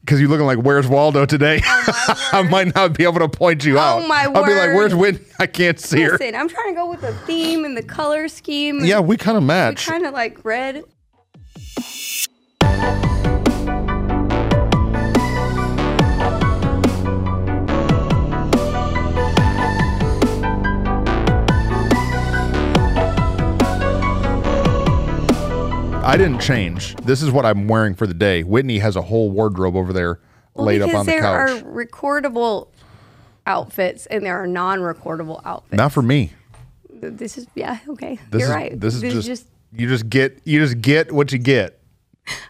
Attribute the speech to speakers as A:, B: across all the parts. A: because you're looking like, where's Waldo today?
B: Oh,
A: I might not be able to point you out.
B: my
A: I'll be like,
B: word.
A: where's Whitney? I can't see her.
B: Listen, I'm trying to go with the theme and the color scheme.
A: Yeah, we kind of
B: We
A: match.
B: kind of like red.
A: I didn't change. This is what I'm wearing for the day. Whitney has a whole wardrobe over there
B: Well,
A: laid
B: because
A: up on the
B: there
A: couch.
B: are recordable outfits and there are non-recordable outfits.
A: Not for me.
B: This is yeah okay.
A: This
B: You're
A: is
B: right.
A: this is just, you just get you just get what you get.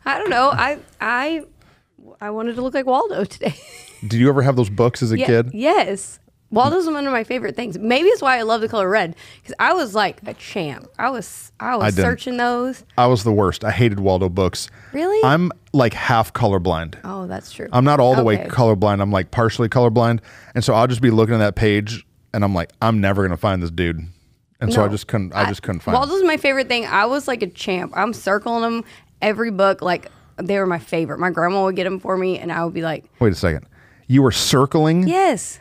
B: I don't know. I I I wanted to look like Waldo today.
A: Did you ever have those books as a
B: Yeah,
A: kid?
B: Yes. Waldo's one of my favorite things. Maybe it's why I love the color red because I was like a champ. I was I was
A: didn't.
B: searching those.
A: I was the worst. I hated Waldo books.
B: Really?
A: I'm like half colorblind.
B: oh, that's true.
A: I'm not all the way
B: Okay.
A: colorblind. I'm like partially colorblind. And so I'll just be looking at that page and I'm like, I'm never gonna find this dude. And so I
B: No.
A: just couldn't I, just couldn't find him.
B: Waldo's my favorite thing. I was like a champ. I'm circling them every book. Like they were my favorite. My grandma would get them for me, and I would be like,
A: Wait a second. You were circling?
B: "Yes,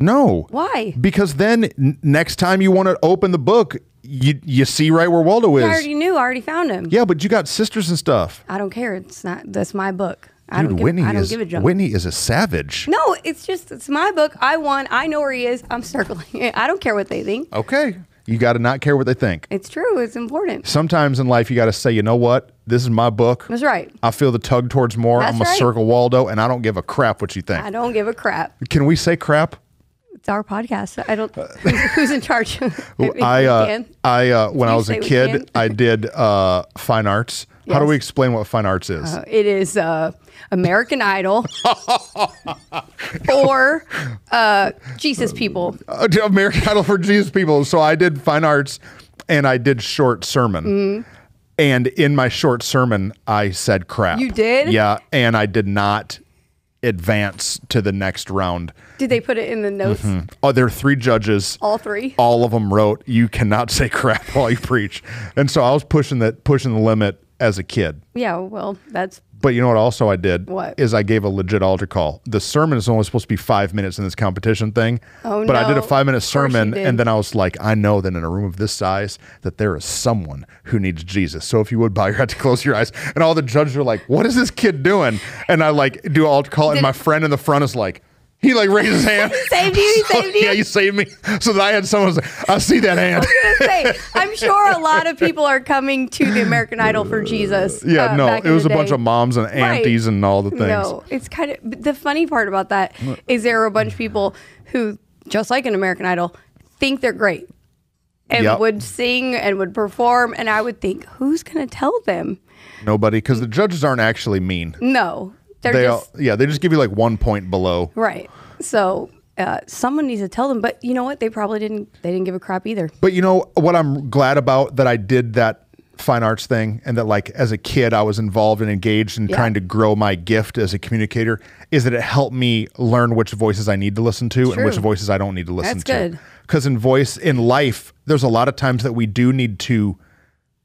A: No.
B: why?"
A: Because then n- next time you want to open the book, you you see right where Waldo
B: I
A: is.
B: already knew. I already found him.
A: yeah, but you got sisters and stuff.
B: I don't care. It's not. That's my book. I
A: Dude,
B: don't. Give,
A: Whitney
B: I don't
A: is
B: give a jump.
A: Whitney is a savage.
B: No, it's just it's my book. I won. I know where he is. I'm circling it. I don't care what they think.
A: Okay. You got to not care what they think.
B: It's true. It's important.
A: Sometimes in life you got to say, you know what? This is my book.
B: That's right.
A: I feel the tug towards more.
B: That's
A: I'm gonna
B: right.
A: circle Waldo, and I don't give a crap what you think.
B: I don't give a crap.
A: Can we say crap?
B: It's our podcast. I don't. Who's, who's in charge? Maybe
A: Uh, I
B: we
A: uh,
B: can.
A: I uh, when I
B: You
A: was a
B: say we can.
A: kid, I did uh, fine arts. How do
B: Yes.
A: we explain what fine arts is?
B: Uh, It is uh, American Idol or uh, Jesus People.
A: Uh, American Idol for Jesus people. So I did fine arts, and I did short sermon.
B: Mm-hmm.
A: And in my short sermon, I said crap.
B: You did?
A: Yeah, and I did not advance to the next round.
B: Did they put it in the notes?
A: Oh, there are three judges.
B: All three.
A: all of them wrote you cannot say crap while you preach and so i was pushing that pushing the limit as a kid
B: Yeah. Well, that's
A: but you know what also i did
B: What?
A: is i gave a legit altar call the sermon is only supposed to be five minutes in this competition thing
B: Oh,
A: but i did a
B: no.
A: five minute
B: Of course you
A: sermon
B: did.
A: and then i was like i know that in a room of this size that there is someone who needs jesus so if you would bow your head to close your eyes and all the judges are like what is this kid doing and i like do an altar call and
B: Did-
A: my friend in the front is like he like raised his hand
B: saved you. He saved you.
A: yeah you saved me so that i had someone say i see that hand
B: gonna say, I'm sure a lot of people are coming to the American Idol for Jesus.
A: Yeah,
B: uh,
A: no,
B: back
A: it
B: in
A: was a
B: the
A: bunch
B: day.
A: of moms and aunties and all the things.
B: No, it's kind of but the funny part about that is there are a bunch of people who, just like an American Idol, think they're great and
A: Yep.
B: would sing and would perform, and I would think, who's gonna tell them?
A: Nobody, because the judges aren't actually mean.
B: No, they're
A: They all,
B: just
A: yeah, they just give you like one point below.
B: right. So. Uh, someone needs to tell them, but you know what? They probably didn't. They didn't give a crap either.
A: But you know what I'm glad about that I did that fine arts thing and that like as a kid I was involved and engaged in
B: Yeah.
A: trying to grow my gift as a communicator is that it helped me learn which voices I need to listen to and which
B: True.
A: voices I don't need to listen
B: That's
A: to.
B: good.
A: Cuz in voice in life there's a lot of times that we do need to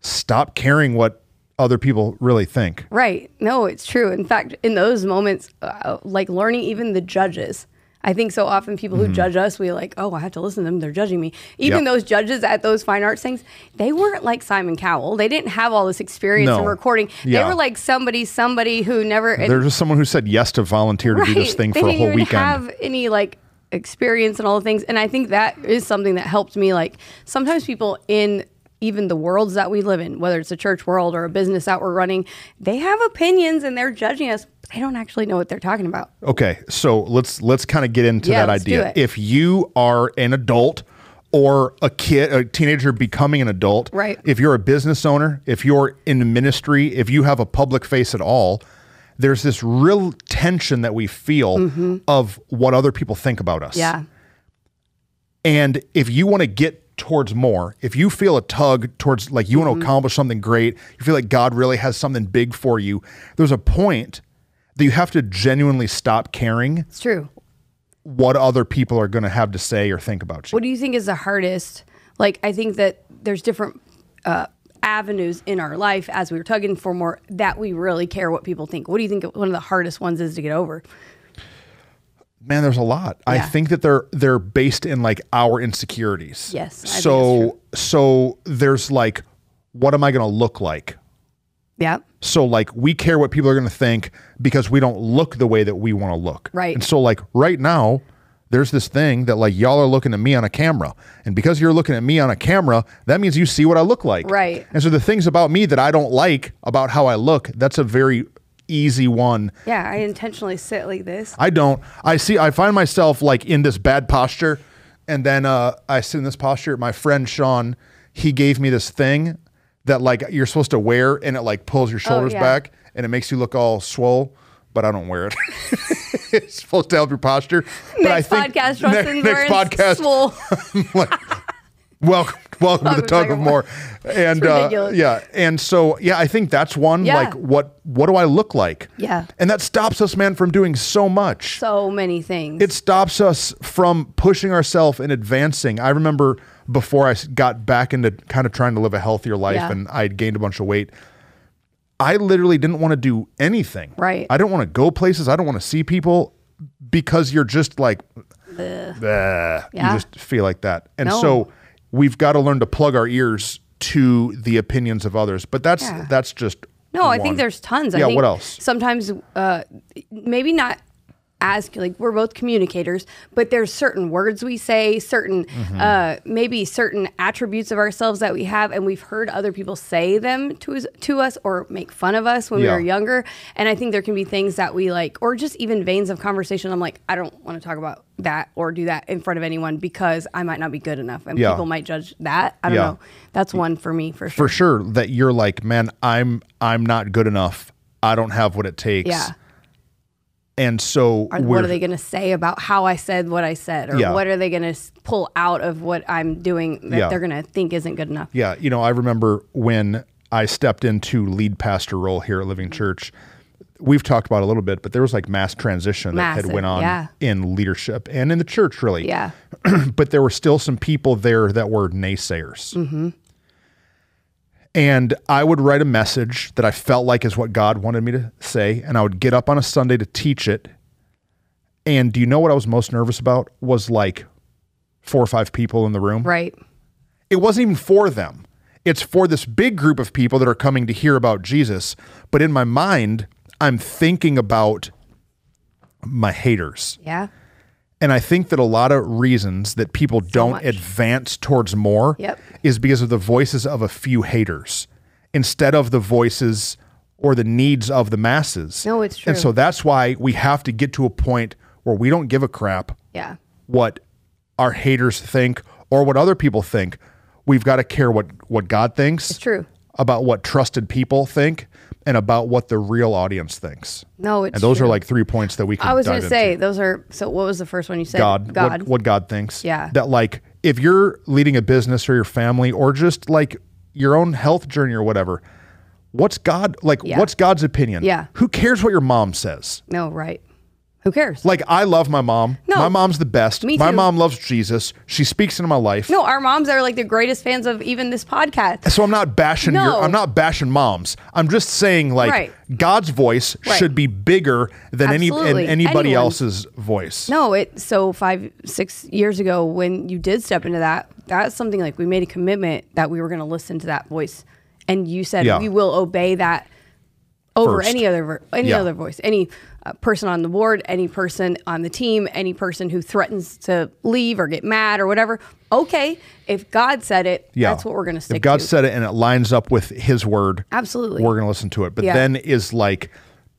A: stop caring what other people really think.
B: Right. No, it's true. In fact, in those moments, uh, like learning even the judges. I think so often people who judge us, we like, oh, I have to listen to them. They're judging me. Even
A: Mm-hmm. Yep.
B: those judges at those fine arts things, they weren't like Simon Cowell. They didn't have all this experience
A: No.
B: in recording.
A: Yeah.
B: They were like somebody, somebody who never. and-
A: There's just someone who said yes to volunteer to do this
B: Right.
A: thing
B: they
A: for a
B: didn't
A: whole
B: even
A: weekend.
B: have any like experience and all the things. And I think that is something that helped me. Like sometimes people in even the worlds that we live in, whether it's a church world or a business that we're running, they have opinions and they're judging us. They don't actually know what they're talking about.
A: Okay, so let's let's kind of get into
B: Yeah,
A: that
B: let's do
A: idea.
B: it.
A: If you are an adult or a kid, a teenager becoming an adult,
B: Right.
A: If you're a business owner, if you're in ministry, if you have a public face at all, there's this real tension that we feel of what other people think about us.
B: Mm-hmm. Yeah.
A: And if you want to get towards more, if you feel a tug towards like you
B: Mm-hmm.
A: want to accomplish something great, you feel like God really has something big for you, there's a point that you have to genuinely stop caring
B: It's true.
A: what other people are going to have to say or think about you.
B: What do you think is the hardest? Like, I think that there's different uh, avenues in our life as we were tugging for more that we really care what people think. What do you think one of the hardest ones is to get over?
A: man, there's a lot. I
B: Yeah.
A: think that they're they're based in like our insecurities.
B: Yes, I think that's
A: So so there's like, what am I going to look like?
B: Yeah.
A: So like we care what people are going to think because we don't look the way that we want to look.
B: Right.
A: And so like right now, there's this thing that like y'all are looking at me on a camera, and because you're looking at me on a camera, that means you see what I look like.
B: Right.
A: And so the things about me that I don't like about how I look, that's a very easy one
B: Yeah. I intentionally sit like this.
A: I don't. I see. I find myself like in this bad posture, and then uh, I sit in this posture. My friend Sean, he gave me this thing that like you're supposed to wear, and it like pulls your shoulders
B: Oh, yeah.
A: back, and it makes you look all swole. But I don't wear it. it's supposed to help your posture. but I
B: next podcast, Justin's
A: ne- next
B: wearing
A: podcast,
B: swole.
A: welcome, welcome to the
B: Welcome to
A: tug
B: Tug
A: of
B: of
A: war. And uh,
B: ridiculous.
A: yeah, and so yeah, I think that's one.
B: Yeah.
A: Like, what what do I look like?
B: Yeah.
A: and that stops us, man, from doing so much.
B: so many things.
A: it stops us from pushing ourselves and advancing. I remember before I s- got back into kind of trying to live a healthier life
B: Yeah.
A: and I had gained a bunch of weight. I literally didn't want to do anything.
B: Right.
A: I didn't want to go places. I don't want to see people because you're just like, "Bleh."
B: Yeah.
A: you just feel like that. And
B: No.
A: so we've got to learn to plug our ears to the opinions of others. But that's
B: Yeah.
A: that's just
B: No, I
A: one.
B: think there's tons. I
A: Yeah,
B: think
A: what else?
B: Sometimes, uh, maybe not as like we're both communicators, but there's certain words we say, certain
A: Mm-hmm.
B: uh, maybe certain attributes of ourselves that we have, and we've heard other people say them to us, to us or make fun of us when
A: Yeah.
B: we were younger. And I think there can be things that we like, or just even veins of conversation. I'm like, I don't want to talk about that or do that in front of anyone because I might not be good enough, and
A: Yeah.
B: people might judge that. I don't
A: Yeah.
B: know. That's one for me for
A: for
B: sure.
A: sure that you're like, man, I'm I'm not good enough. I don't have what it takes.
B: Yeah.
A: And so
B: are,
A: we're
B: what are they going to say about how I said what I said, or
A: Yeah.
B: what are they going to pull out of what I'm doing that
A: Yeah.
B: they're going to think isn't good enough?
A: yeah, you know, I remember when I stepped into lead pastor role here at
B: Mm-hmm.
A: Living Church. We've talked about it a little bit, but there was like mass transition that
B: Massive,
A: had went on
B: yeah.
A: in leadership and in the church, really.
B: Yeah,
A: but there were still some people there that were naysayers. And I would write a message that I felt like is what God wanted me to say, and I would get up on a Sunday to teach it. And do you know what I was most nervous about? Was like four or five people in the room.
B: right.
A: It wasn't even for them. It's for this big group of people that are coming to hear about Jesus. But in my mind, I'm thinking about my haters.
B: Yeah,
A: And I think that a lot of reasons that people don't
B: much.
A: advance towards more
B: Yep.
A: is because of the voices of a few haters instead of the voices or the needs of the masses.
B: No, it's
A: And
B: true.
A: so that's why we have to get to a point where we don't give a crap
B: yeah,
A: what our haters think or what other people think. We've got to care what what God thinks. It's
B: true.
A: About what trusted people think and about what the real audience thinks.
B: No, it's
A: And those
B: true.
A: are like three points that we can
B: I was going
A: dive
B: to
A: into.
B: say those are. So, what was the first one you said?
A: God,
B: God.
A: What, what God thinks.
B: Yeah.
A: That like if you're leading a business or your family or just like your own health journey or whatever, what's God like
B: Yeah.
A: what's God's opinion?
B: Yeah.
A: Who cares what your mom says?
B: no, right. Who cares?
A: Like I love my mom.
B: No.
A: My mom's the best.
B: Me
A: My
B: too.
A: mom loves Jesus. She speaks into my life.
B: no, our moms are like the greatest fans of even this podcast.
A: So I'm not bashing your
B: No.
A: I'm not bashing moms. I'm just saying like
B: Right.
A: God's voice
B: Right.
A: should be bigger than any and
B: Absolutely.
A: anybody
B: Anyone.
A: else's voice.
B: No, it so five six years ago when you did step into that, that's something like we made a commitment that we were going to listen to that voice, and you said
A: Yeah.
B: we will obey that over
A: First.
B: any other ver- any
A: Yeah.
B: other voice, any uh, person on the board, any person on the team, any person who threatens to leave or get mad or whatever. Okay, if God said it,
A: Yeah.
B: that's what we're going to stick
A: If God
B: to.
A: said it and it lines up with his word,
B: Absolutely.
A: We're gonna listen to it. But
B: Yeah.
A: then is like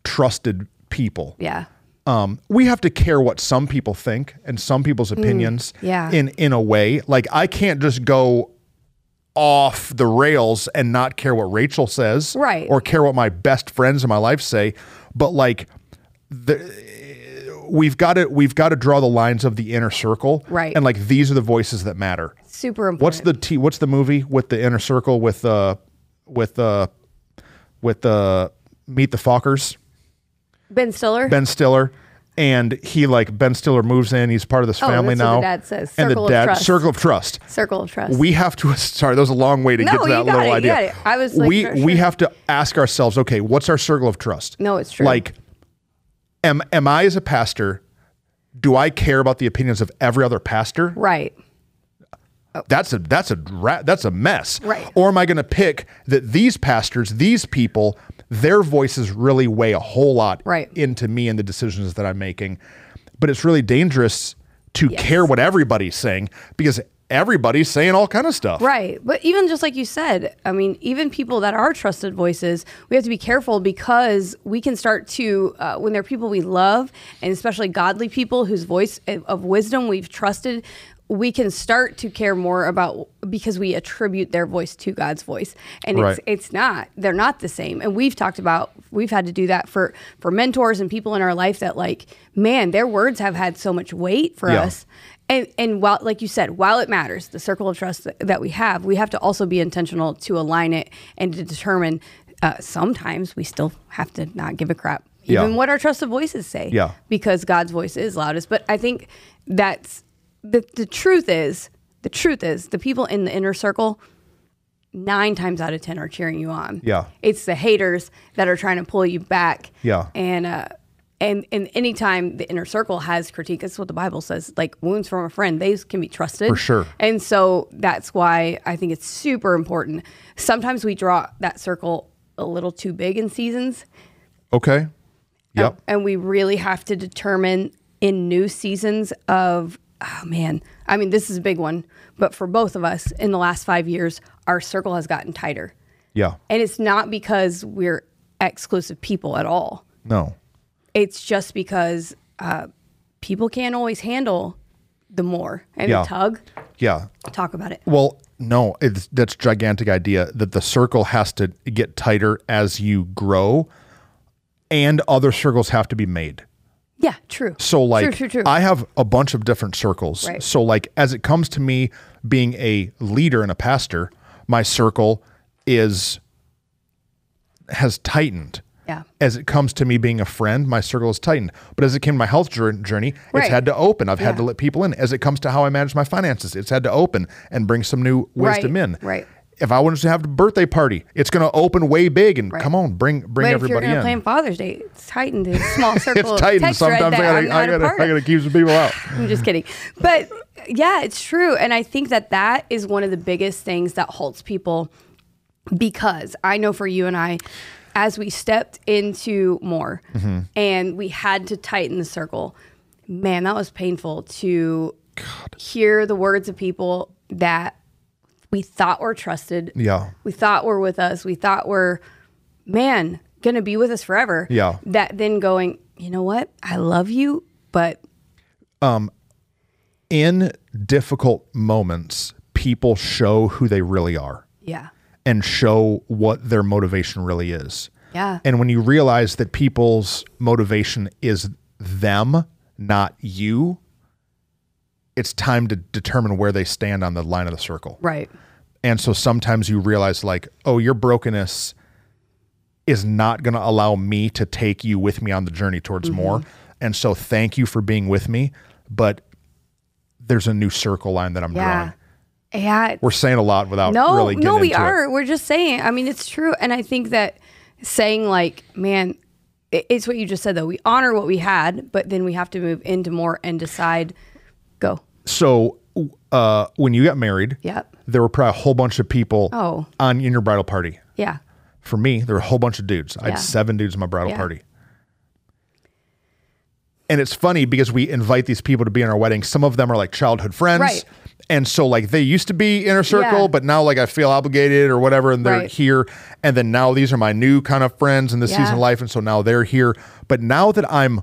A: trusted people.
B: yeah,
A: Um, we have to care what some people think and some people's opinions
B: Mm. yeah.
A: in in a way. Like I can't just go off the rails and not care what Rachel says.
B: Right.
A: Or care what my best friends in my life say. But like the we've got to we've got to draw the lines of the inner circle.
B: Right.
A: And like these are the voices that matter.
B: super important.
A: What's the t- What's the movie with the inner circle with uh with uh with uh Meet the Fockers?
B: Ben Stiller?
A: Ben Stiller. and he like Ben Stiller moves in. He's part of this
B: Oh,
A: family
B: that's what
A: now.
B: the dad says.
A: and
B: Circle
A: the
B: of
A: dad
B: trust.
A: circle of trust.
B: Circle of trust.
A: We have to. Sorry, that was a long way to
B: No,
A: get to
B: you
A: that
B: got
A: little
B: it, you
A: idea.
B: got it. I was like,
A: we
B: for
A: we
B: sure.
A: have to ask ourselves, okay, what's our circle of trust?
B: No, it's true.
A: Like, am am I as a pastor? Do I care about the opinions of every other pastor?
B: right.
A: That's a that's a ra- that's a mess.
B: Right.
A: Or am I going to pick that these pastors, these people, their voices really weigh a whole lot
B: Right.
A: into me and the decisions that I'm making. But it's really dangerous to care what everybody's saying because everybody's saying all kind of stuff.
B: Right. But even just like you said, I mean, even people that are trusted voices, we have to be careful because we can start to, uh, when they're people we love, and especially godly people whose voice of- of wisdom we've trusted, we can start to care more about because we attribute their voice to God's voice. And
A: Right.
B: it's, it's not they're not the same and we've talked about we've had to do that for for mentors and people in our life that like man their words have had so much weight for
A: Yeah.
B: us and and while like you said while it matters the circle of trust that, that we have we have to also be intentional to align it and to determine uh, sometimes we still have to not give a crap
A: Yeah.
B: even what our trusted voices say
A: Yeah.
B: because God's voice is loudest. But I think that's the the truth is the truth is the people in the inner circle nine times out of ten are cheering you on.
A: Yeah.
B: It's the haters that are trying to pull you back.
A: Yeah.
B: And uh and and anytime the inner circle has critique, that's what the Bible says, like wounds from a friend, these can be trusted.
A: For sure.
B: And so that's why I think it's super important. Sometimes we draw that circle a little too big in seasons. Oh.
A: Okay. Yep.
B: And we really have to determine in new seasons of, oh man, I mean, this is a big one, but for both of us in the last five years, our circle has gotten tighter.
A: Yeah.
B: And it's not because we're exclusive people at all,
A: No.
B: it's just because uh, people can't always handle the more and
A: Yeah.
B: the tug.
A: Yeah.
B: Talk about it.
A: Well, no, it's that's a gigantic idea that the circle has to get tighter as you grow and other circles have to be made.
B: Yeah, true.
A: So like
B: true, true, true.
A: I have a bunch of different circles.
B: Right.
A: So like as it comes to me being a leader and a pastor, my circle is has tightened.
B: yeah.
A: As it comes to me being a friend, my circle is tightened. But as it came to my health jour- journey, it's
B: Right.
A: had to open. I've had
B: Yeah.
A: to let people in. As it comes to how I manage my finances, it's had to open and bring some new wisdom
B: Right,
A: in.
B: right.
A: If I wanted to have a birthday party, it's going to open way big and come on, bring bring
B: But if you're
A: everybody
B: going to
A: in.
B: plan Father's Day, it's tightened in a small circle.
A: it's
B: of
A: tightened.
B: text thread
A: Sometimes I
B: that
A: gotta,
B: I'm not
A: I
B: a
A: gotta,
B: part
A: I
B: of.
A: gotta keep some people out.
B: I'm just kidding. But yeah, it's true. And I think that that is one of the biggest things that halts people because I know for you and I, as we stepped into more
A: Mm-hmm.
B: and we had to tighten the circle, man, that was painful to hear the words of people that we thought were trusted.
A: Yeah.
B: We thought were with us. We thought were, man, gonna be with us forever.
A: Yeah.
B: That then going, you know what? I love you, but
A: in difficult moments, people show who they really are
B: yeah.
A: and show what their motivation really is.
B: Yeah.
A: And when you realize that people's motivation is them, not you, it's time to determine where they stand on the line of the circle.
B: Right.
A: And so sometimes you realize, like, oh, your brokenness is not going to allow me to take you with me on the journey towards
B: Mm-hmm.
A: more. And so thank you for being with me. But there's a new circle line that I'm
B: Yeah.
A: drawing.
B: Yeah.
A: We're saying a lot without
B: no,
A: really getting
B: no, we
A: into it.
B: are. We're just saying. I mean, it's true. And I think that saying like, man, i- it's what you just said though. We honor what we had, but then we have to move into more and decide. Go.
A: So uh, when you got married,
B: Yep.
A: there were probably a whole bunch of people
B: Oh.
A: on in your bridal party.
B: Yeah.
A: For me, there were a whole bunch of dudes. I
B: Yeah.
A: had seven dudes in my bridal
B: Yeah.
A: party. And it's funny because we invite these people to be in our wedding. Some of them are like childhood friends.
B: Right.
A: And so like they used to be inner circle,
B: Yeah.
A: but now like I feel obligated or whatever and they're
B: Right.
A: here. And then now these are my new kind of friends in this
B: Yeah.
A: season of life. And so now they're here. But now that I'm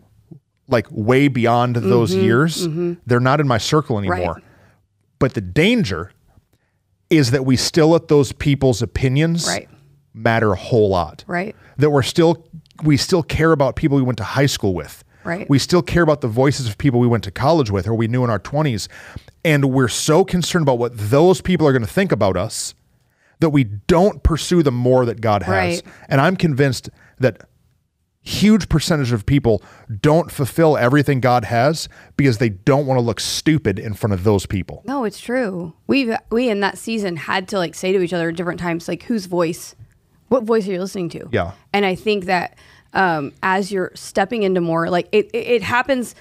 A: like way beyond those
B: Mm-hmm.
A: years, they're not in my circle anymore. But the danger is that we still let those people's opinions
B: Right.
A: matter a whole lot.
B: Right.
A: That we're still we still care about people we went to high school with.
B: Right.
A: We still care about the voices of people we went to college with or we knew in our 20s and we're so concerned about what those people are going to think about us that we don't pursue the more that God has.
B: Right.
A: And I'm convinced that huge percentage of people don't fulfill everything God has because they don't want to look stupid in front of those people.
B: No, it's true. We've we in that season had to like say to each other at different times, like whose voice, what voice are you listening to?
A: Yeah.
B: And I think that um, as you're stepping into more, like it, it, it happens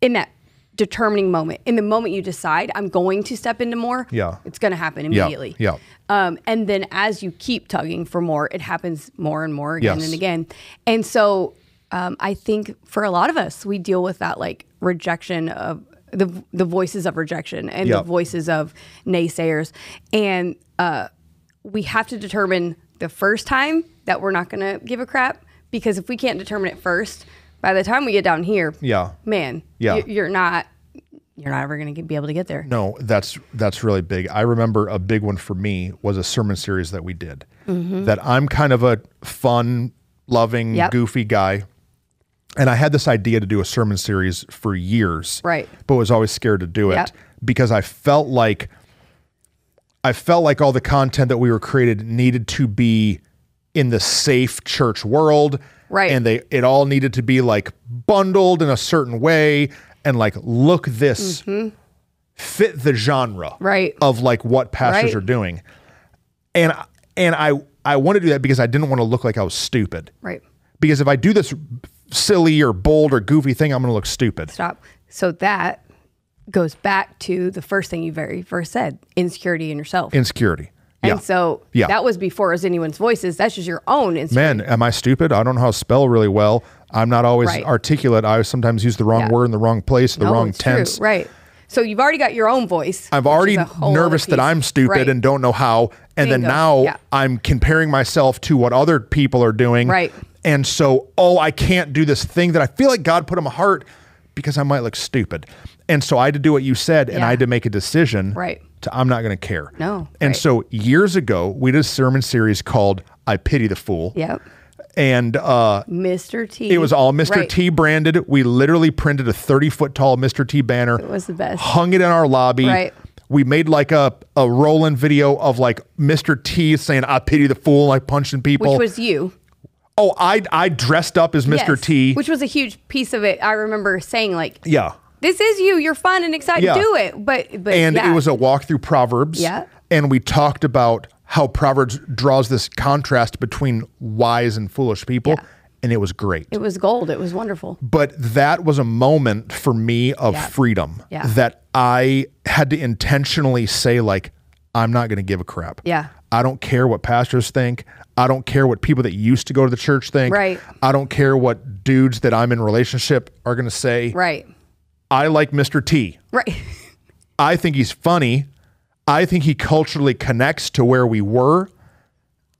B: in that determining moment. In the moment you decide, I'm going to step into more.
A: Yeah.
B: It's going to happen
A: Yeah.
B: immediately.
A: Yeah.
B: Um, and then as you keep tugging for more, it happens more and more again
A: Yes.
B: and again. And so um, I think for a lot of us, we deal with that like rejection of the the voices of rejection and
A: Yeah.
B: the voices of naysayers, and uh, we have to determine the first time that we're not going to give a crap because if we can't determine it first, by the time we get down here,
A: Yeah.
B: man,
A: Yeah.
B: you- you're not you're not ever going to be able to get there.
A: No, that's that's really big. I remember a big one for me was a sermon series that we did. That I'm kind of a fun, loving,
B: Mm-hmm. Yep.
A: goofy guy. And I had this idea to do a sermon series for years.
B: Right.
A: But was always scared to do it
B: Yep.
A: because I felt like I felt like all the content that we were created needed to be in the safe church world.
B: Right.
A: And they it all needed to be like bundled in a certain way and like look this
B: Mm.
A: fit the genre
B: Right.
A: of like what pastors
B: Right.
A: are doing. And and I I want to do that because I didn't want to look like I was stupid.
B: Right.
A: Because if I do this silly or bold or goofy thing, I'm going to look stupid.
B: stop. So that goes back to the first thing you very first said, insecurity in yourself.
A: Insecurity.
B: and
A: yeah.
B: so
A: Yeah.
B: that was before it was anyone's voices. That's just your own insecurity.
A: Man, am I stupid? I don't know how to spell really well. I'm not always
B: Right.
A: articulate. I sometimes use the wrong
B: Yeah.
A: word in the wrong place, the
B: No,
A: wrong
B: it's true.
A: tense.
B: Right. So you've already got your own voice.
A: I'm
B: which is
A: already
B: a whole other
A: nervous that
B: piece.
A: I'm stupid
B: Right.
A: and don't know how. And then
B: Bingo.
A: now
B: Yeah.
A: I'm comparing myself to what other people are doing.
B: Right.
A: And so, oh, I can't do this thing that I feel like God put in my heart because I might look stupid. And so I had to do what you said and
B: Yeah.
A: I had to make a decision.
B: Right.
A: To, I'm not going to care.
B: No,
A: And
B: right.
A: so years ago, we did a sermon series called I Pity the Fool.
B: Yep.
A: And uh,
B: Mr. T.
A: it was all Mr.
B: Right.
A: T branded. We literally printed a 30 foot tall Mr. T banner. It
B: was the best.
A: Hung it in our lobby.
B: Right.
A: We made like a, a rolling video of like Mr. T saying, I pity the fool, like punching people.
B: Which was you.
A: oh, I, I dressed up as Mr.
B: Yes.
A: T.
B: Which was a huge piece of it. I remember saying like,
A: yeah.
B: this is you. You're fun and excited.
A: Yeah.
B: Do it. But, but
A: And
B: yeah.
A: it was a walk through Proverbs.
B: Yeah.
A: And we talked about how Proverbs draws this contrast between wise and foolish people.
B: Yeah.
A: And it was great.
B: it was gold. It was wonderful.
A: but that was a moment for me of
B: Yeah.
A: freedom
B: Yeah.
A: that I had to intentionally say like I'm not going to give a crap.
B: Yeah.
A: I don't care what pastors think. I don't care what people that used to go to the church think.
B: Right.
A: I don't care what dudes that I'm in relationship are going to say.
B: Right.
A: I like Mr. T.
B: Right.
A: I think he's funny. I think he culturally connects to where we were.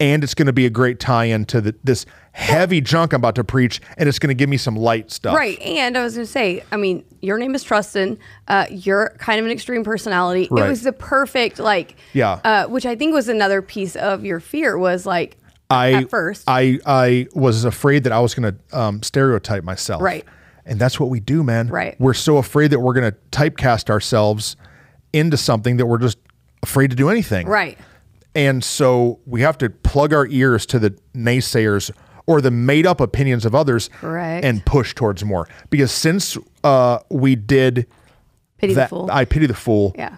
A: And it's going to be a great tie in to the, this heavy junk I'm about to preach. And it's going to give me some light stuff.
B: Right. And I was going to say, I mean, your name is Trustin. Uh, you're kind of an extreme personality.
A: Right.
B: It was the perfect, like,
A: Yeah.
B: uh, which I think was another piece of your fear was like,
A: I
B: at first.
A: I I was afraid that I was going to um, stereotype myself.
B: Right.
A: And that's what we do, man.
B: Right.
A: We're so afraid that we're going to typecast ourselves into something that we're just afraid to do anything.
B: right.
A: And so we have to plug our ears to the naysayers or the made up opinions of others
B: Correct.
A: and push towards more. Because since uh, we did
B: Pity
A: that,
B: the fool.
A: I pity the fool,
B: yeah.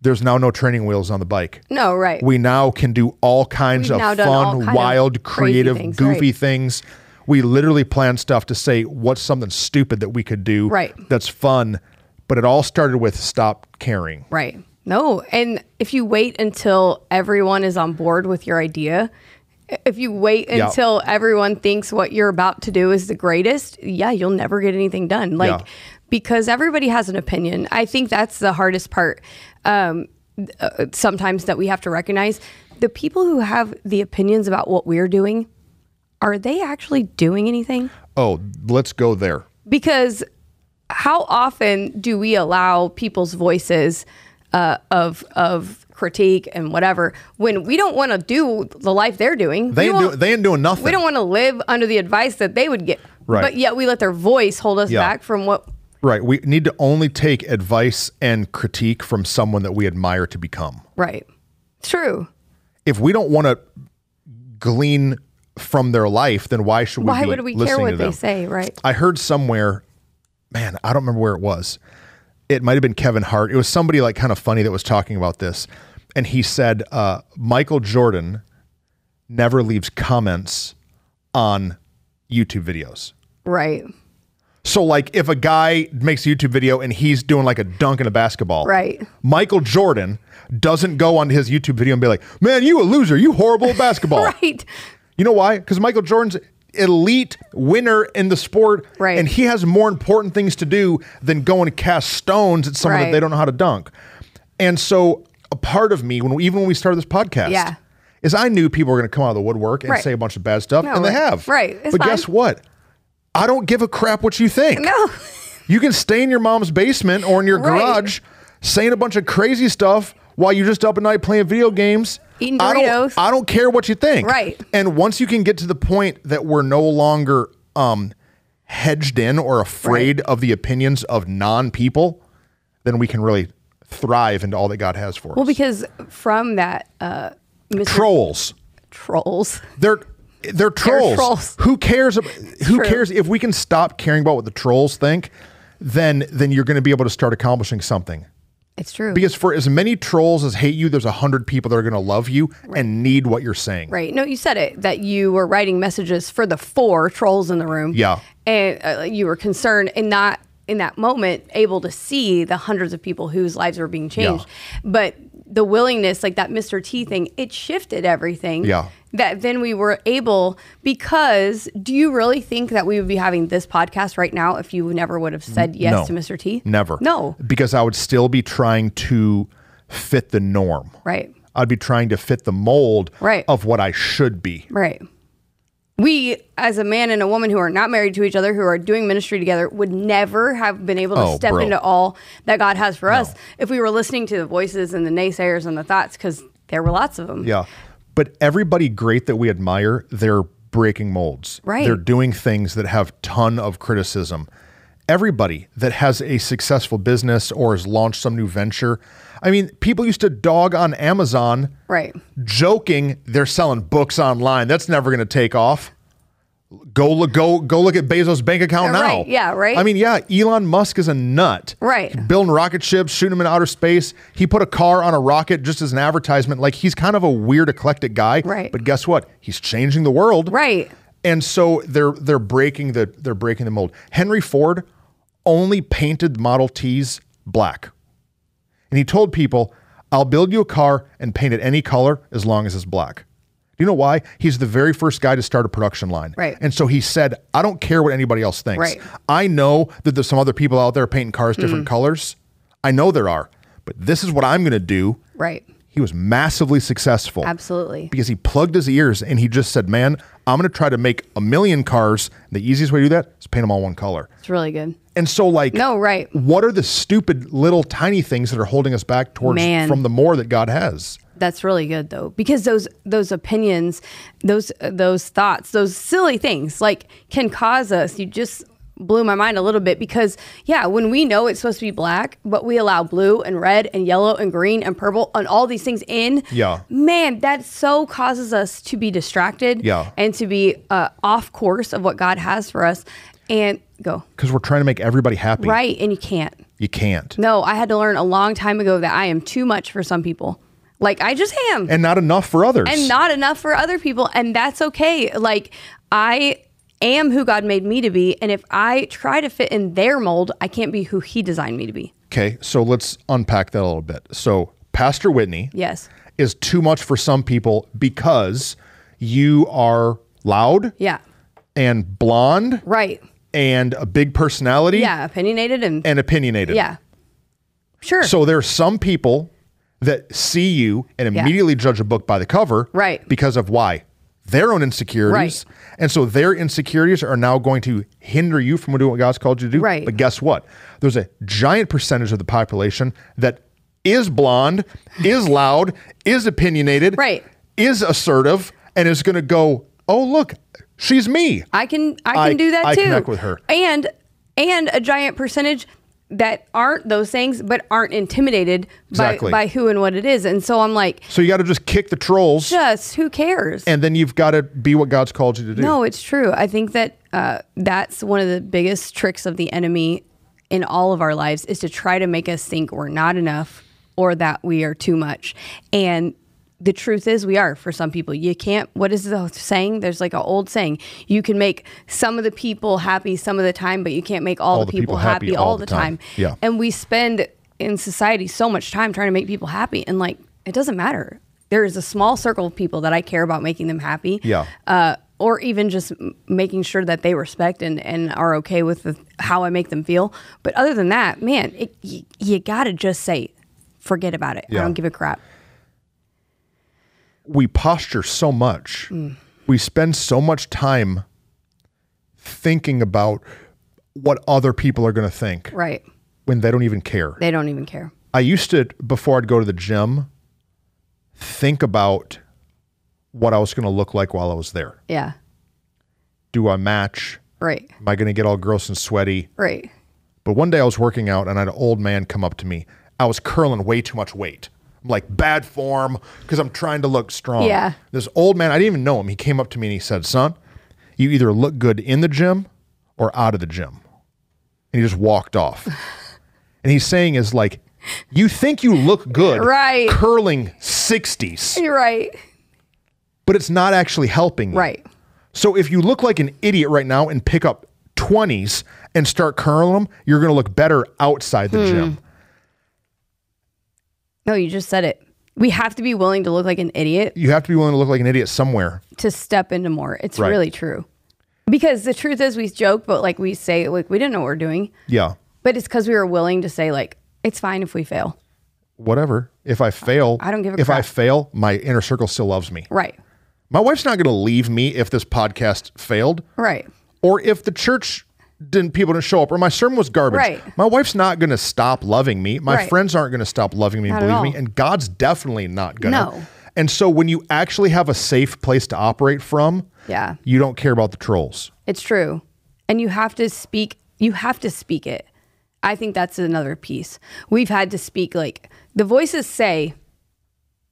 A: there's now no training wheels on the bike
B: No, right.
A: we now can do all kinds
B: We've now
A: of
B: done all
A: fun,
B: kind of
A: wild,
B: crazy
A: creative,
B: things,
A: goofy
B: right.
A: things. We literally plan stuff to say what's something stupid that we could do
B: Right.
A: that's fun, but it all started with stop caring.
B: right. No. And if you wait until everyone is on board with your idea, if you wait
A: Yeah.
B: until everyone thinks what you're about to do is the greatest, yeah, you'll never get anything done. Like,
A: Yeah.
B: because everybody has an opinion. I think that's the hardest part. Um, uh, sometimes that we have to recognize the people who have the opinions about what we're doing. Are they actually doing anything?
A: Oh, let's go there.
B: because how often do we allow people's voices uh, of of critique and whatever when we don't want to do the life they're doing?
A: They
B: we
A: ain't,
B: want-
A: do, they ain't doing nothing.
B: we don't want to live under the advice that they would get,
A: Right.
B: but yet we let their voice hold us
A: Yeah.
B: back from what.
A: right. We need to only take advice and critique from someone that we admire to become.
B: Right. True.
A: If we don't want to glean from their life, then why should we?
B: Why
A: be
B: would we care
A: listening to
B: what
A: them?
B: they say, right?
A: I heard somewhere, man, I don't remember where it was. It might have been Kevin Hart. It was somebody like kind of funny that was talking about this. And he said, uh, Michael Jordan never leaves comments on YouTube videos.
B: Right.
A: So, like, if a guy makes a YouTube video and he's doing like a dunk in a basketball,
B: Right.
A: Michael Jordan doesn't go on his YouTube video and be like, man, you a loser. You horrible at basketball.
B: Right.
A: You know why? Because Michael Jordan's elite winner in the sport,
B: Right.
A: and he has more important things to do than go and cast stones at someone that
B: Right.
A: they don't know how to dunk. And so, a part of me, when even when we started this podcast,
B: Yeah.
A: is I knew people were going to come out of the woodwork and
B: Right.
A: say a bunch of bad stuff,
B: No,
A: and they
B: right.
A: have.
B: Right. It's
A: but guess
B: fine.
A: what? I don't give a crap what you think.
B: No.
A: You can stay in your mom's basement or in your
B: Right.
A: garage saying a bunch of crazy stuff while you're just up at night playing video games.
B: Eating
A: I
B: Doritos.
A: don't, I don't care what you think.
B: Right.
A: And once you can get to the point that we're no longer um, hedged in or afraid of the opinions of non people, then we can really thrive into all that God has for
B: Well,
A: us.
B: because from that, uh, Mr.
A: Trolls.
B: trolls.
A: They're they're trolls.
B: trolls.
A: Who cares? ab- Who
B: true.
A: cares if we can stop caring about what the trolls think? Then then you're going to be able to start accomplishing something.
B: It's true.
A: Because for as many trolls as hate you, there's a hundred people that are going to love you and need what you're saying.
B: Right. No, you said it that you were writing messages for the four trolls in the room.
A: Yeah.
B: And uh, you were concerned and not in that moment able to see the hundreds of people whose lives were being changed. But the willingness, like that Mr. T thing, it shifted everything.
A: Yeah.
B: That then we were able because do you really think that we would be having this podcast right now if you never would have said yes
A: No.
B: to Mr. T?
A: Never.
B: No.
A: Because I would still be trying to fit the norm.
B: Right.
A: I'd be trying to fit the mold
B: Right.
A: of what I should be.
B: Right. We, as a man and a woman who are not married to each other, who are doing ministry together, would never have been able to
A: Oh,
B: step
A: bro.
B: into all that God has for us if we were listening to the voices and the naysayers and the thoughts, because there were lots of them.
A: Yeah. But everybody great that we admire, they're breaking molds.
B: Right.
A: They're doing things that have ton of criticism. Everybody that has a successful business or has launched some new venture. I mean, people used to dog on Amazon
B: Right.
A: joking they're selling books online. That's never going to take off. Go look, go, go look at Bezos' bank account now.
B: Right, yeah, right.
A: I mean, yeah, Elon Musk is a nut.
B: Right.
A: building rocket ships, shooting them in outer space. He put a car on a rocket just as an advertisement. Like he's kind of a weird, eclectic guy.
B: Right.
A: But guess what? He's changing the world.
B: Right.
A: And so they're they're breaking the they're breaking the mold. Henry Ford only painted Model Ts black. And he told people, I'll build you a car and paint it any color as long as it's black. Do you know why? He's the very first guy to start a production line.
B: Right.
A: And so he said, I don't care what anybody else thinks.
B: Right. Mm.
A: I know that there's some other people out there painting cars different colors. I know there are, but this is what I'm going to do.
B: Right.
A: He was massively successful
B: Absolutely.
A: because he plugged his ears and he just said, Man, I'm going to try to make a million cars. The easiest way to do that is paint them all one color.
B: It's really good.
A: And so, like,
B: No, right.
A: what are the stupid little tiny things that are holding us back towards
B: Man.
A: from the more that God has?
B: That's really good though, because those those opinions, those those thoughts, those silly things like can cause us. You just blew my mind a little bit because yeah, when we know it's supposed to be black, but we allow blue and red and yellow and green and purple and all these things in.
A: Yeah.
B: man, that so causes us to be distracted.
A: Yeah.
B: and to be uh, off course of what God has for us. And go
A: Because we're trying to make everybody happy.
B: right, and you can't.
A: You can't.
B: No, I had to learn a long time ago that I am too much for some people. Like I just am
A: And not enough for others.
B: and not enough for other people and that's okay like i am who god made me to be and if i try to fit in their mold i can't be who he designed me to be
A: okay, so let's unpack that a little bit. So, Pastor Whitney
B: yes
A: is too much for some people because you are loud
B: yeah
A: and blonde
B: right
A: and a big personality
B: yeah opinionated and,
A: and opinionated.
B: yeah sure
A: So there are some people that see you and
B: Yeah.
A: immediately judge a book by the cover,
B: Right.
A: Because of why their own insecurities, and so their insecurities are now going to hinder you from doing what God's called you to do.
B: Right.
A: But guess what? There's a giant percentage of the population that is blonde, is loud, is opinionated,
B: Right.
A: Is assertive, and is going to go, oh look, she's me.
B: I can I can
A: I-
B: do that
A: I
B: too.
A: connect with her.
B: And and a giant percentage that aren't those things, but aren't intimidated
A: Exactly.
B: by, by who and what it is. And so I'm like,
A: So you got to just kick the trolls,
B: just who cares?
A: and then you've got to be what God's called you to do.
B: No, it's true. I think that uh, that's one of the biggest tricks of the enemy in all of our lives is to try to make us think we're not enough or that we are too much. And the truth is, we are for some people. You can't, what is the saying? There's like an old saying you can make some of the people happy some of the time, but you can't make all, the people, happy, all the time.
A: Yeah.
B: And we spend in society so much time trying to make people happy. And like, it doesn't matter. There is a small circle of people that I care about making them happy
A: Yeah.
B: uh, or even just m- making sure that they respect and, and are okay with the, how I make them feel. But other than that, man, it, y- you gotta just say, forget about it.
A: Yeah.
B: I don't give a crap.
A: we posture so much. We spend so much time thinking about what other people are going to think
B: Right?
A: when they don't even care.
B: They don't even care.
A: I used to before I'd go to the gym think about what I was going to look like while I was there.
B: Yeah.
A: Do I match?
B: Right.
A: Am I going to get all gross and sweaty?
B: Right.
A: But one day I was working out and I had an old man come up to me. I was curling way too much weight. I'm like bad form because I'm trying to look strong.
B: Yeah.
A: This old man, I didn't even know him. He came up to me and he said, "Son, you either look good in the gym or out of the gym." And he just walked off. and he's saying is like, "You think you look good
B: Right.
A: curling 60s,
B: You're right.
A: but it's not actually helping." you."
B: Right.
A: So if you look like an idiot right now and pick up 20s and start curling them, you're going to look better outside the
B: Hmm.
A: gym.
B: No, you just said it. We have to be willing to look like an idiot
A: You have to be willing to look like an idiot somewhere.
B: to step into more. It's
A: Right.
B: really true. Because the truth is, we joke, but like we say, like we didn't know what we're doing,
A: Yeah.
B: but it's because we were willing to say, like, it's fine if we fail.
A: Whatever. If I fail,
B: I don't give a
A: If I
B: crap.
A: fail, my inner circle still loves me.
B: Right.
A: My wife's not going to leave me if this podcast failed
B: Right.
A: or if the church didn't people didn't show up or my sermon was garbage.
B: Right.
A: My wife's not going to stop loving me. My
B: Right.
A: friends aren't going to stop loving me and
B: Not at
A: believe me
B: all.
A: and God's definitely not going to.
B: No.
A: And so when you actually have a safe place to operate from,
B: Yeah.
A: you don't care about the trolls.
B: It's true. And you have to speak you have to speak it. I think that's another piece. We've had to speak like the voices say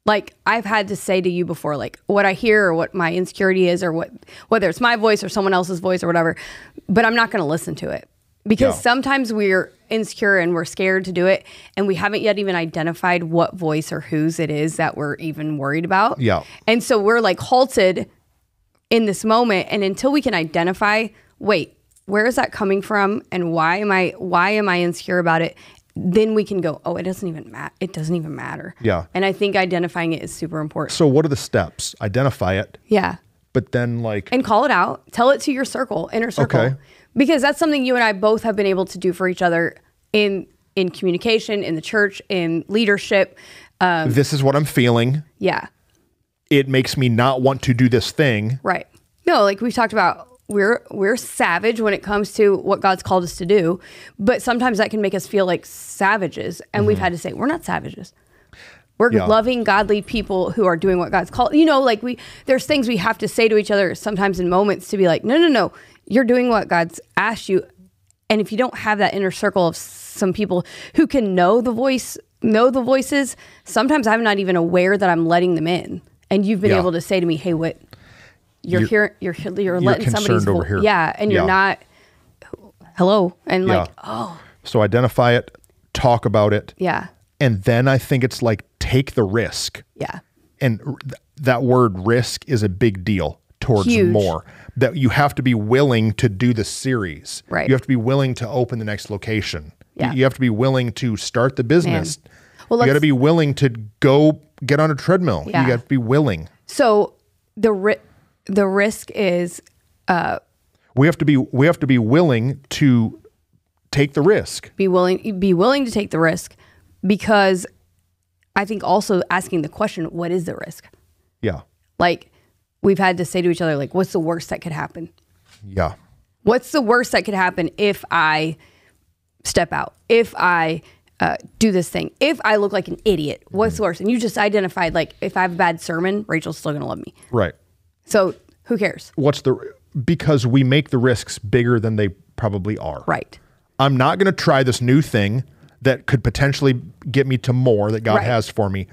B: like I've had to say to you before like what I hear or what my insecurity is or what whether it's my voice or someone else's voice or whatever, but I'm not going to listen to it. Because
A: Yeah.
B: sometimes we're insecure and we're scared to do it and we haven't yet even identified what voice or whose it is that we're even worried about.
A: Yeah.
B: And so we're like halted in this moment and until we can identify wait where is that coming from and why am i why am i insecure about it then we can go oh it doesn't even matter it doesn't even matter
A: Yeah.
B: and i think identifying it is super important
A: So what are the steps? Identify it,
B: yeah
A: but then like
B: and call it out tell it to your circle inner circle
A: Okay.
B: because that's something you and i both have been able to do for each other in in communication in the church in leadership uh,
A: this is what I'm feeling.
B: yeah
A: It makes me not want to do this thing.
B: Right. No, like we've talked about we're we're savage when it comes to what God's called us to do, but sometimes that can make us feel like savages and we've had to say we're not savages. We're
A: Mm-hmm. Yeah.
B: loving godly people who are doing what God's called. You know, like we there's things we have to say to each other sometimes in moments to be like, "No, no, no. You're doing what God's asked you." And if you don't have that inner circle of some people who can know the voice, know the voices, sometimes I'm not even aware that I'm letting them in. And you've been
A: Yeah.
B: able to say to me, "Hey, what you're,
A: You're-
B: hearing you're he- you're letting somebody's
A: concerned over
B: vo-
A: here.
B: yeah and
A: Yeah.
B: you're not hello and like
A: Yeah.
B: oh
A: So identify it, talk about it,
B: yeah
A: and then I think it's like take the risk.
B: yeah
A: And r- th- that word risk is a big deal towards
B: Huge.
A: more. That you have to be willing to do the series.
B: Right.
A: You have to be willing to open the next location. Y-
B: Yeah.
A: You have to be willing to start the business.
B: Well,
A: you got to
B: let's-
A: be willing to go get on a treadmill.
B: Yeah.
A: You got to be willing.
B: so the ri- the risk is
A: we have to be we have to be willing to take the risk
B: be willing be willing to take the risk because i think also asking the question what is the risk
A: yeah
B: like we've had to say to each other like what's the worst that could happen
A: yeah
B: what's the worst that could happen if I step out, if I uh, do this thing, if I look like an idiot? What's the worst? And you just identified like if I have a bad sermon, Rachel's still gonna love me.
A: right
B: So who cares?
A: what's the because we make the risks bigger than they probably are
B: Right.
A: I'm not going to try this new thing that could potentially get me to more that God
B: Right.
A: has for me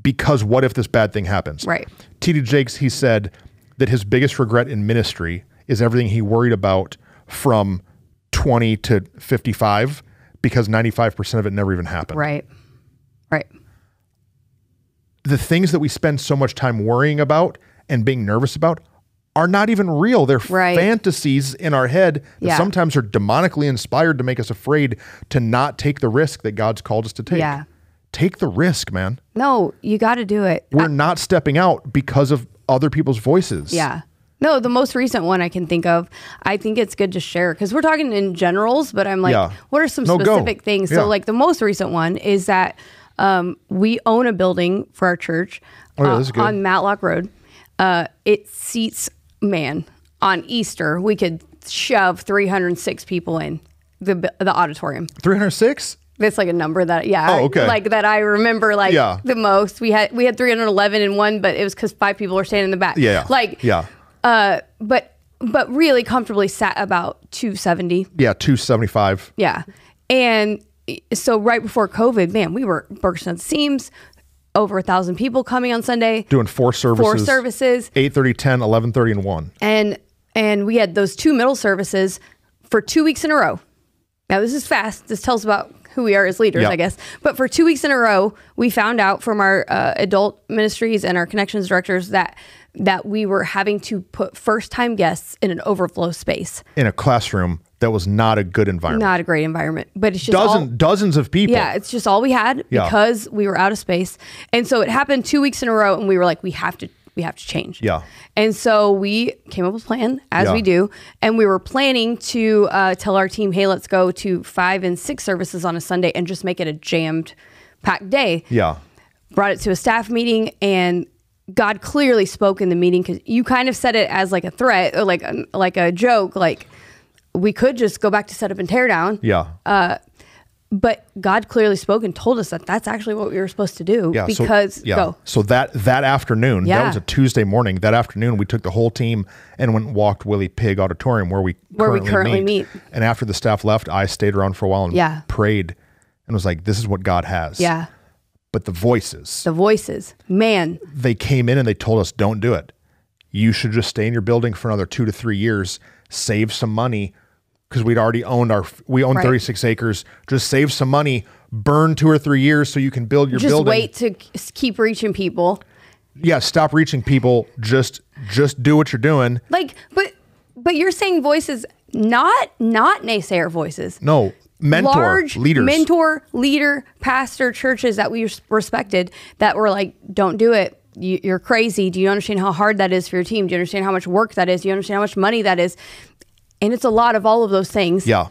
A: because what if this bad thing happens?
B: Right.
A: T.D. Jakes, he said that his biggest regret in ministry is everything he worried about from 20 to 55 because 95% of it never even happened.
B: Right. Right.
A: The things that we spend so much time worrying about and being nervous about are not even real. They're
B: Right.
A: fantasies in our head that
B: Yeah.
A: sometimes are demonically inspired to make us afraid to not take the risk that God's called us to take.
B: Yeah.
A: Take the risk, man.
B: No, you got to do it.
A: We're not stepping out because of other people's voices.
B: Yeah. No, the most recent one I can think of, I think it's good to share because we're talking in generals, but I'm like,
A: Yeah.
B: what are some
A: No, go.
B: specific things?
A: Yeah.
B: So, like, the most recent one is that um, we own a building for our church
A: Oh, yeah,
B: uh,
A: this is good.
B: on Matlock Road. Uh, it seats, man, on Easter, we could shove 306 people in the, bu- the auditorium.
A: 306?
B: That's like a number that yeah,
A: Oh, okay.
B: like that I remember like
A: Yeah.
B: the most. We had we had 311 in one, but it was because five people were standing in the back.
A: Yeah.
B: like
A: yeah.
B: uh, but but really comfortably sat about 270.
A: Yeah, 275.
B: Yeah, and so right before COVID, man, we were bursting at the seams. Over a thousand people coming on Sunday.
A: Doing four services.
B: Four services.
A: 8:30, 10, 11:30 and 1.
B: and and we had those two middle services for two weeks in a row. Now this is fast. This tells about who we are as leaders,
A: Yeah.
B: I guess. But for two weeks in a row, we found out from our uh, adult ministries and our connections directors that that we were having to put first time guests in an overflow space.
A: In a classroom that was not a good environment.
B: Not a great environment, but it's just all-
A: Dozen dozens of people.
B: yeah, it's just all we had
A: Yeah.
B: because we were out of space. And so it happened two weeks in a row and we were like, we have to we have to change.
A: Yeah.
B: And so we came up with a plan, as
A: Yeah.
B: we do, and we were planning to uh, tell our team, hey, let's go to five and six services on a Sunday and just make it a jammed packed day.
A: Yeah.
B: Brought it to a staff meeting and God clearly spoke in the meeting because you kind of said it as like a threat or like a, like a joke, like we could just go back to setup and tear down
A: Yeah.
B: but God clearly spoke and told us that that's actually what we were supposed to do
A: yeah. so-
B: because
A: yeah.
B: go
A: So that that afternoon, that
B: Yeah.
A: was a Tuesday morning. That afternoon we took the whole team and went and walked Willie Pig Auditorium where we
B: Where we currently meet.
A: And after the staff left, I stayed around for a while and
B: Yeah.
A: prayed and was like, this is what God has.
B: yeah
A: But the voices.
B: the voices man
A: they came in and they told us don't do it you should just stay in your building for another two to three years save some money because we'd already owned our we owned
B: Right.
A: 36 acres just save some money burn two or three years so you can build your
B: just
A: building
B: wait to k- keep reaching people
A: yeah stop reaching people just just do what you're doing
B: like but but you're saying voices not not naysayer voices
A: no mentor
B: large
A: leaders
B: mentor leader pastor churches that we res- respected that were like don't do it you, you're crazy do you understand how hard that is for your team do you understand how much work that is do you understand how much money that is and it's a lot of all of those things
A: yeah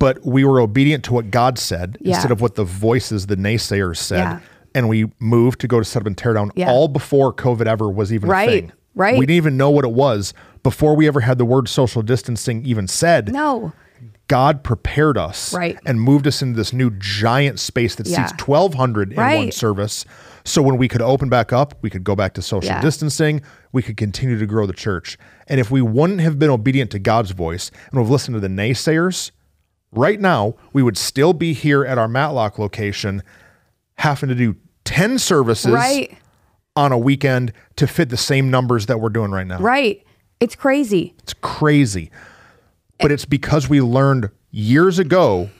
A: but we were obedient to what god said
B: Yeah.
A: instead of what the voices the naysayers said
B: Yeah.
A: and we moved to go to set up and tear down
B: Yeah.
A: all before covid ever was even
B: Right,
A: a thing
B: right.
A: we didn't even know what it was before we ever had the word social distancing even said
B: no
A: god prepared us
B: Right.
A: and moved us into this new giant space that
B: Yeah.
A: seats 1200 in one
B: Right.
A: service so when we could open back up we could go back to social
B: Yeah.
A: distancing we could continue to grow the church and if we wouldn't have been obedient to god's voice and would have listened to the naysayers right now we would still be here at our matlock location having to do 10 services
B: right
A: on a weekend to fit the same numbers that we're doing right now
B: Right. It's crazy.
A: It's crazy. But it's because we learned years ago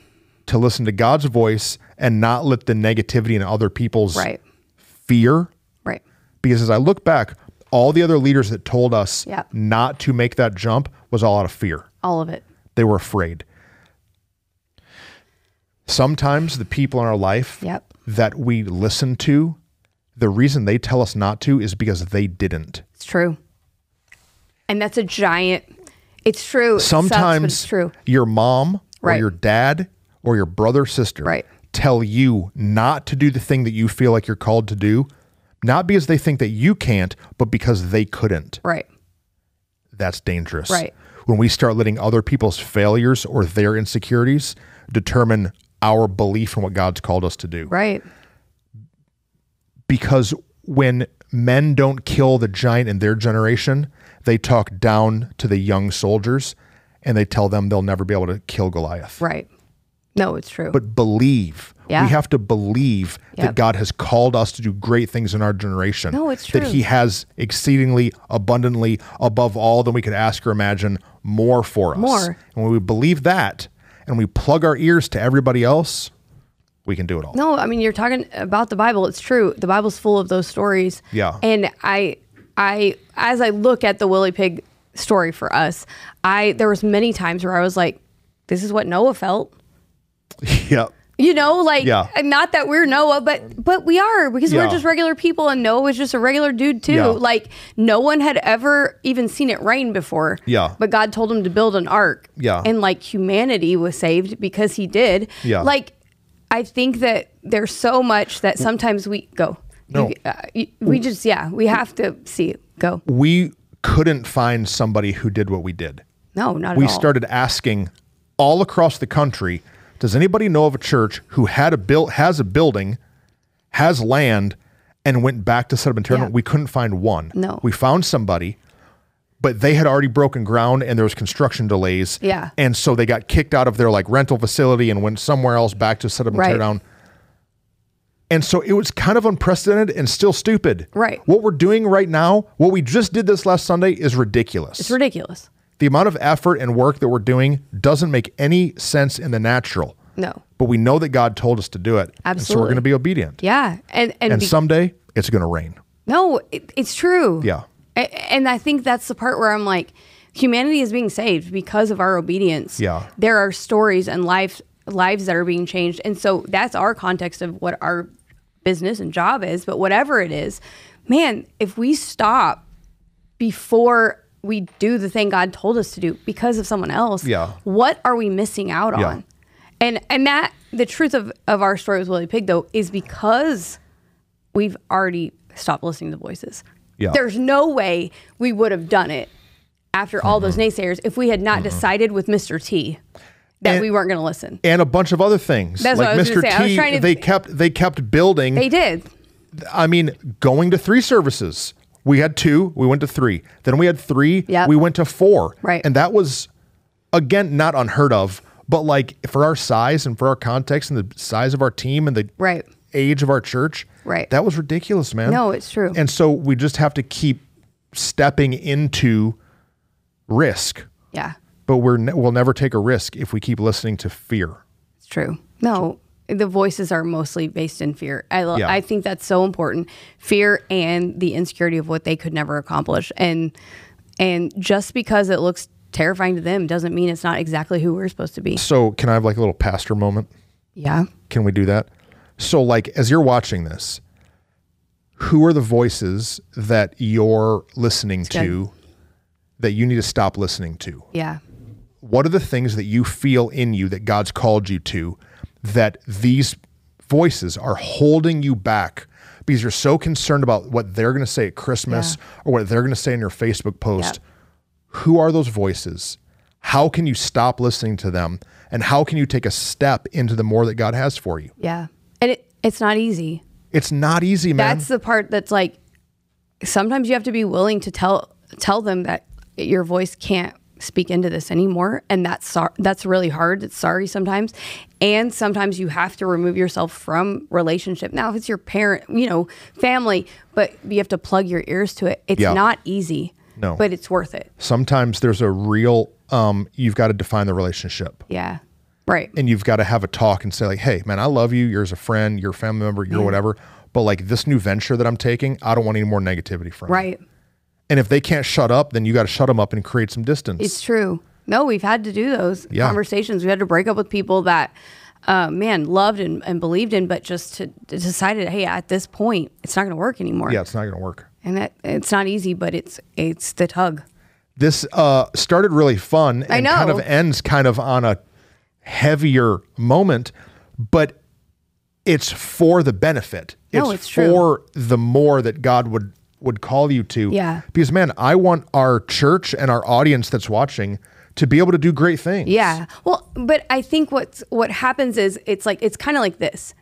A: to listen to God's voice and not let the negativity and other people's
B: Right.
A: fear.
B: Right.
A: Because as I look back, all the other leaders that told us
B: Yep.
A: not to make that jump was all out of fear.
B: All of it.
A: They were afraid. Sometimes the people in our life
B: Yep.
A: that we listen to, the reason they tell us not to is because they didn't.
B: It's true. And that's a giant. It's true. It sucks, but
A: sometimes
B: it's true.
A: your mom or
B: Right.
A: your dad or your brother sister
B: Right.
A: tell you not to do the thing that you feel like you're called to do not because they think that you can't but because they couldn't
B: Right.
A: that's dangerous
B: Right.
A: when we start letting other people's failures or their insecurities determine our belief in what god's called us to do
B: Right.
A: because when men don't kill the giant in their generation, they talk down to the young soldiers and they tell them they'll never be able to kill Goliath.
B: Right. No, it's true.
A: But believe.
B: Yeah.
A: We have to believe
B: Yep.
A: that God has called us to do great things in our generation.
B: No, it's
A: That
B: true.
A: He has exceedingly, abundantly, above all than we could ask or imagine, more for us.
B: More.
A: And when we believe that and we plug our ears to everybody else, we can do it all.
B: No, I mean you're talking about the Bible. It's true. The Bible's full of those stories.
A: Yeah.
B: And I, I, as I look at the Willy Pig story for us, I there was many times where I was like, "This is what Noah felt."
A: yep.
B: You know, like
A: Yeah.
B: and not that we're Noah, but but we are because
A: Yeah.
B: we're just regular people, and Noah was just a regular dude too.
A: Yeah.
B: Like no one had ever even seen it rain before.
A: Yeah.
B: But God told him to build an ark.
A: Yeah.
B: And like humanity was saved because he did.
A: Yeah.
B: Like I think that there's so much that sometimes we go.
A: No.
B: You- uh, you- we just yeah we have to see it go.
A: We couldn't find somebody who did what we did.
B: No, not
A: we
B: at all.
A: started asking all across the country does anybody know of a church who had a built has a building has land and went back to set up and tear
B: Yeah.
A: down? we couldn't find one
B: No.
A: we found somebody but they had already broken ground and there was construction delays
B: Yeah.
A: and so they got kicked out of their like rental facility and went somewhere else back to set up and tear
B: Right.
A: down and so it was kind of unprecedented and still stupid
B: Right.
A: what we're doing right now what we just did this last sunday is ridiculous
B: It's ridiculous.
A: the amount of effort and work that we're doing doesn't make any sense in the natural.
B: No.
A: But we know that God told us to do it. and so we're
B: Absolutely.
A: going to be obedient.
B: Yeah. And and,
A: And
B: be-
A: someday it's going to rain.
B: No, it, it's true.
A: Yeah.
B: A- And I think that's the part where I'm like, humanity is being saved because of our obedience.
A: Yeah.
B: There are stories and life lives that are being changed. And so that's our context of what our business and job is, but whatever it is, man, if we stop before we do the thing God told us to do because of someone else,
A: Yeah.
B: what are we missing out
A: Yeah.
B: on? And and that the truth of, of our story with Willie Pig though is because we've already stopped listening to voices.
A: Yeah.
B: There's no way we would have done it after all those naysayers if we had not decided with Mr. T that
A: Mm-hmm. And-
B: we weren't going to listen.
A: And a bunch of other things.
B: That's
A: like
B: what I was
A: Mr.
B: gonna say. I was
A: T,
B: trying to-
A: they kept they kept building.
B: They did.
A: I mean, going to three services. We had two, we went to three. Then we had three,
B: Yep.
A: we went to four.
B: Right.
A: And that was again not unheard of, but like for our size and for our context and the size of our team and the
B: Right.
A: age of our church.
B: Right.
A: That was ridiculous, man.
B: No, it's true.
A: And so we just have to keep stepping into risk,
B: yeah.
A: but we're ne- we'll never take a risk if we keep listening to fear.
B: It's true. No, the voices are mostly based in fear. I lo-
A: Yeah.
B: I think that's so important. Fear and the insecurity of what they could never accomplish, and and just because it looks terrifying to them doesn't mean it's not exactly who we're supposed to be.
A: So can I have like a little pastor moment?
B: Yeah.
A: Can we do that? So like as you're watching this, who are the voices that you're listening
B: good.
A: to that you need to stop listening to?
B: Yeah.
A: what are the things that you feel in you that God's called you to that these voices are holding you back because you're so concerned about what they're going to say at Christmas or what they're going to say in your Facebook post? Who are those voices? How can you stop listening to them? And how can you take a step into the more that God has for you?
B: Yeah. And it, it's not easy.
A: It's not easy, man.
B: That's the part that's like sometimes you have to be willing to tell tell them that your voice can't speak into this anymore and that's sor- that's really hard. It's sorry sometimes. And sometimes you have to remove yourself from relationship. Now if it's your parent, you know, family, but you have to plug your ears to it. It's
A: Yeah.
B: not easy.
A: No.
B: But it's worth it.
A: Sometimes there's a real, um, you've got to define the relationship.
B: Yeah. Right.
A: and you've got to have a talk and say like, "Hey, man, I love you. You're as a friend. You're a family member.
B: Mm.
A: You're whatever." But like this new venture that I'm taking, I don't want any more negativity from. you."
B: Right.
A: And if they can't shut up, then you got to shut them up and create some distance.
B: It's true. No, we've had to do those
A: Yeah.
B: conversations. We had to break up with people that, uh, man, loved and, and believed in, but just to, to decided, hey, at this point, it's not going to work anymore.
A: yeah, it's not going to work.
B: And that it's not easy, but it's it's the tug.
A: This uh, started really fun and kind
B: know.
A: of ends kind of on a heavier moment, but it's for the benefit.
B: No, it's true.
A: for the more that God would would call you to.
B: Yeah.
A: Because man, I want our church and our audience that's watching to be able to do great things.
B: Yeah. Well, but I think what's what happens is it's like it's kind of like this.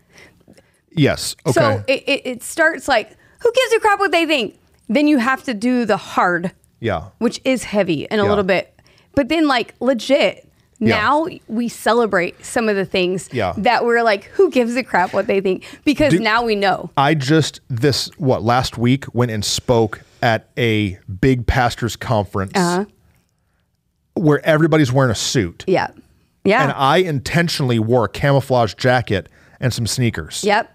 A: Yes. Okay.
B: So it, it, it starts like, who gives a crap what they think? Then you have to do the hard
A: yeah.
B: which is heavy and a
A: Yeah.
B: little bit But then, like, legit,
A: Yeah.
B: now we celebrate some of the things
A: Yeah.
B: that we're like, who gives a crap what they think? Because
A: Do-
B: now we know.
A: I just this what last week went and spoke at a big pastors conference
B: Uh-huh.
A: where everybody's wearing a suit,
B: Yeah. Yeah.
A: and I intentionally wore a camouflage jacket and some sneakers.
B: yep.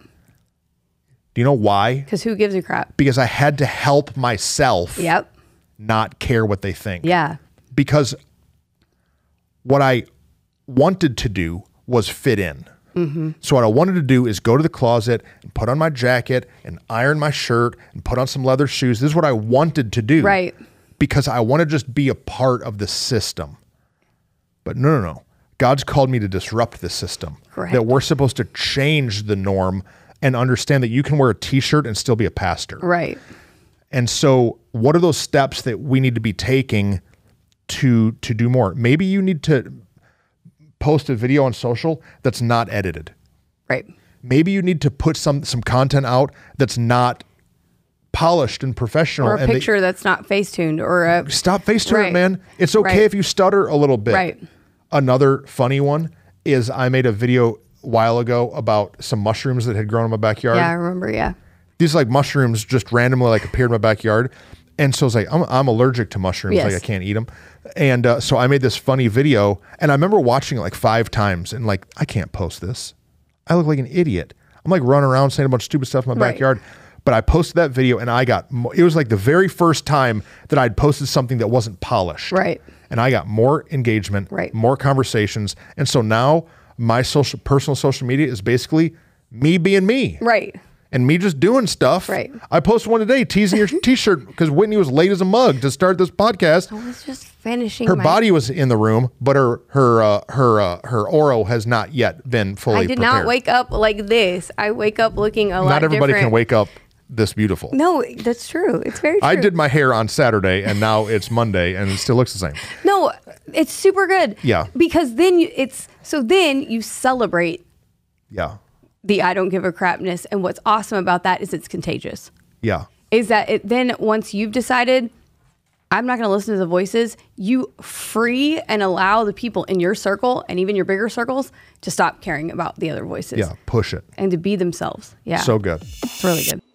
A: Do you know why?
B: Because who gives a crap?
A: Because I had to help myself
B: Yep.
A: not care what they think.
B: Yeah.
A: Because what I wanted to do was fit in.
B: Mm-hmm.
A: So what I wanted to do is go to the closet and put on my jacket and iron my shirt and put on some leather shoes. This is what I wanted to do.
B: Right.
A: Because I want to just be a part of the system. But no, no, no. God's called me to disrupt the system.
B: Correct.
A: That we're supposed to change the norm and understand that you can wear a t-shirt and still be a pastor.
B: Right.
A: And so, what are those steps that we need to be taking to to do more? Maybe you need to post a video on social that's not edited.
B: Right.
A: Maybe you need to put some some content out that's not polished and professional.
B: Or a
A: and that-
B: picture that's not face tuned or a.
A: stop face tuning,
B: Right.
A: man. It's okay
B: Right.
A: if you stutter a little bit.
B: Right.
A: Another funny one is I made a video a while ago about some mushrooms that had grown in my backyard
B: Yeah, I remember. Yeah.
A: these like mushrooms just randomly like appeared in my backyard. And so I was like, I'm, I'm allergic to mushrooms. Like
B: Yes.
A: I can't eat them. And uh, so I made this funny video and I remember watching it like five times and like, I can't post this. I look like an idiot. I'm like running around saying a bunch of stupid stuff in my
B: Right.
A: backyard. But I posted that video and I got, mo- it was like the very first time that I'd posted something that wasn't polished.
B: Right.
A: And I got more engagement,
B: Right.
A: more conversations. And so now my social, personal social media is basically me being me
B: Right.
A: and me just doing stuff.
B: Right.
A: I posted one today teasing your t-shirt because Whitney was late as a mug to start this podcast.
B: I was just finishing
A: Her
B: Oh my.
A: body was in the room, but her her uh, her uh, her oral has not yet been fully.
B: I did
A: prepared.
B: not wake up like this. I wake up looking a lot
A: Not everybody
B: different.
A: can wake up this beautiful.
B: No, that's true. It's very true.
A: I did my hair on Saturday, and now it's Monday, and it still looks the same.
B: No, it's super good.
A: Yeah.
B: Because then you, it's so then you celebrate
A: Yeah,
B: the I don't give a crapness, and what's awesome about that is it's contagious.
A: yeah,
B: Is that it? Then once you've decided, I'm not going to listen to the voices. You free and allow the people in your circle and even your bigger circles to stop caring about the other voices
A: yeah. Push it.
B: and to be themselves. Yeah.
A: So good.
B: it's really good.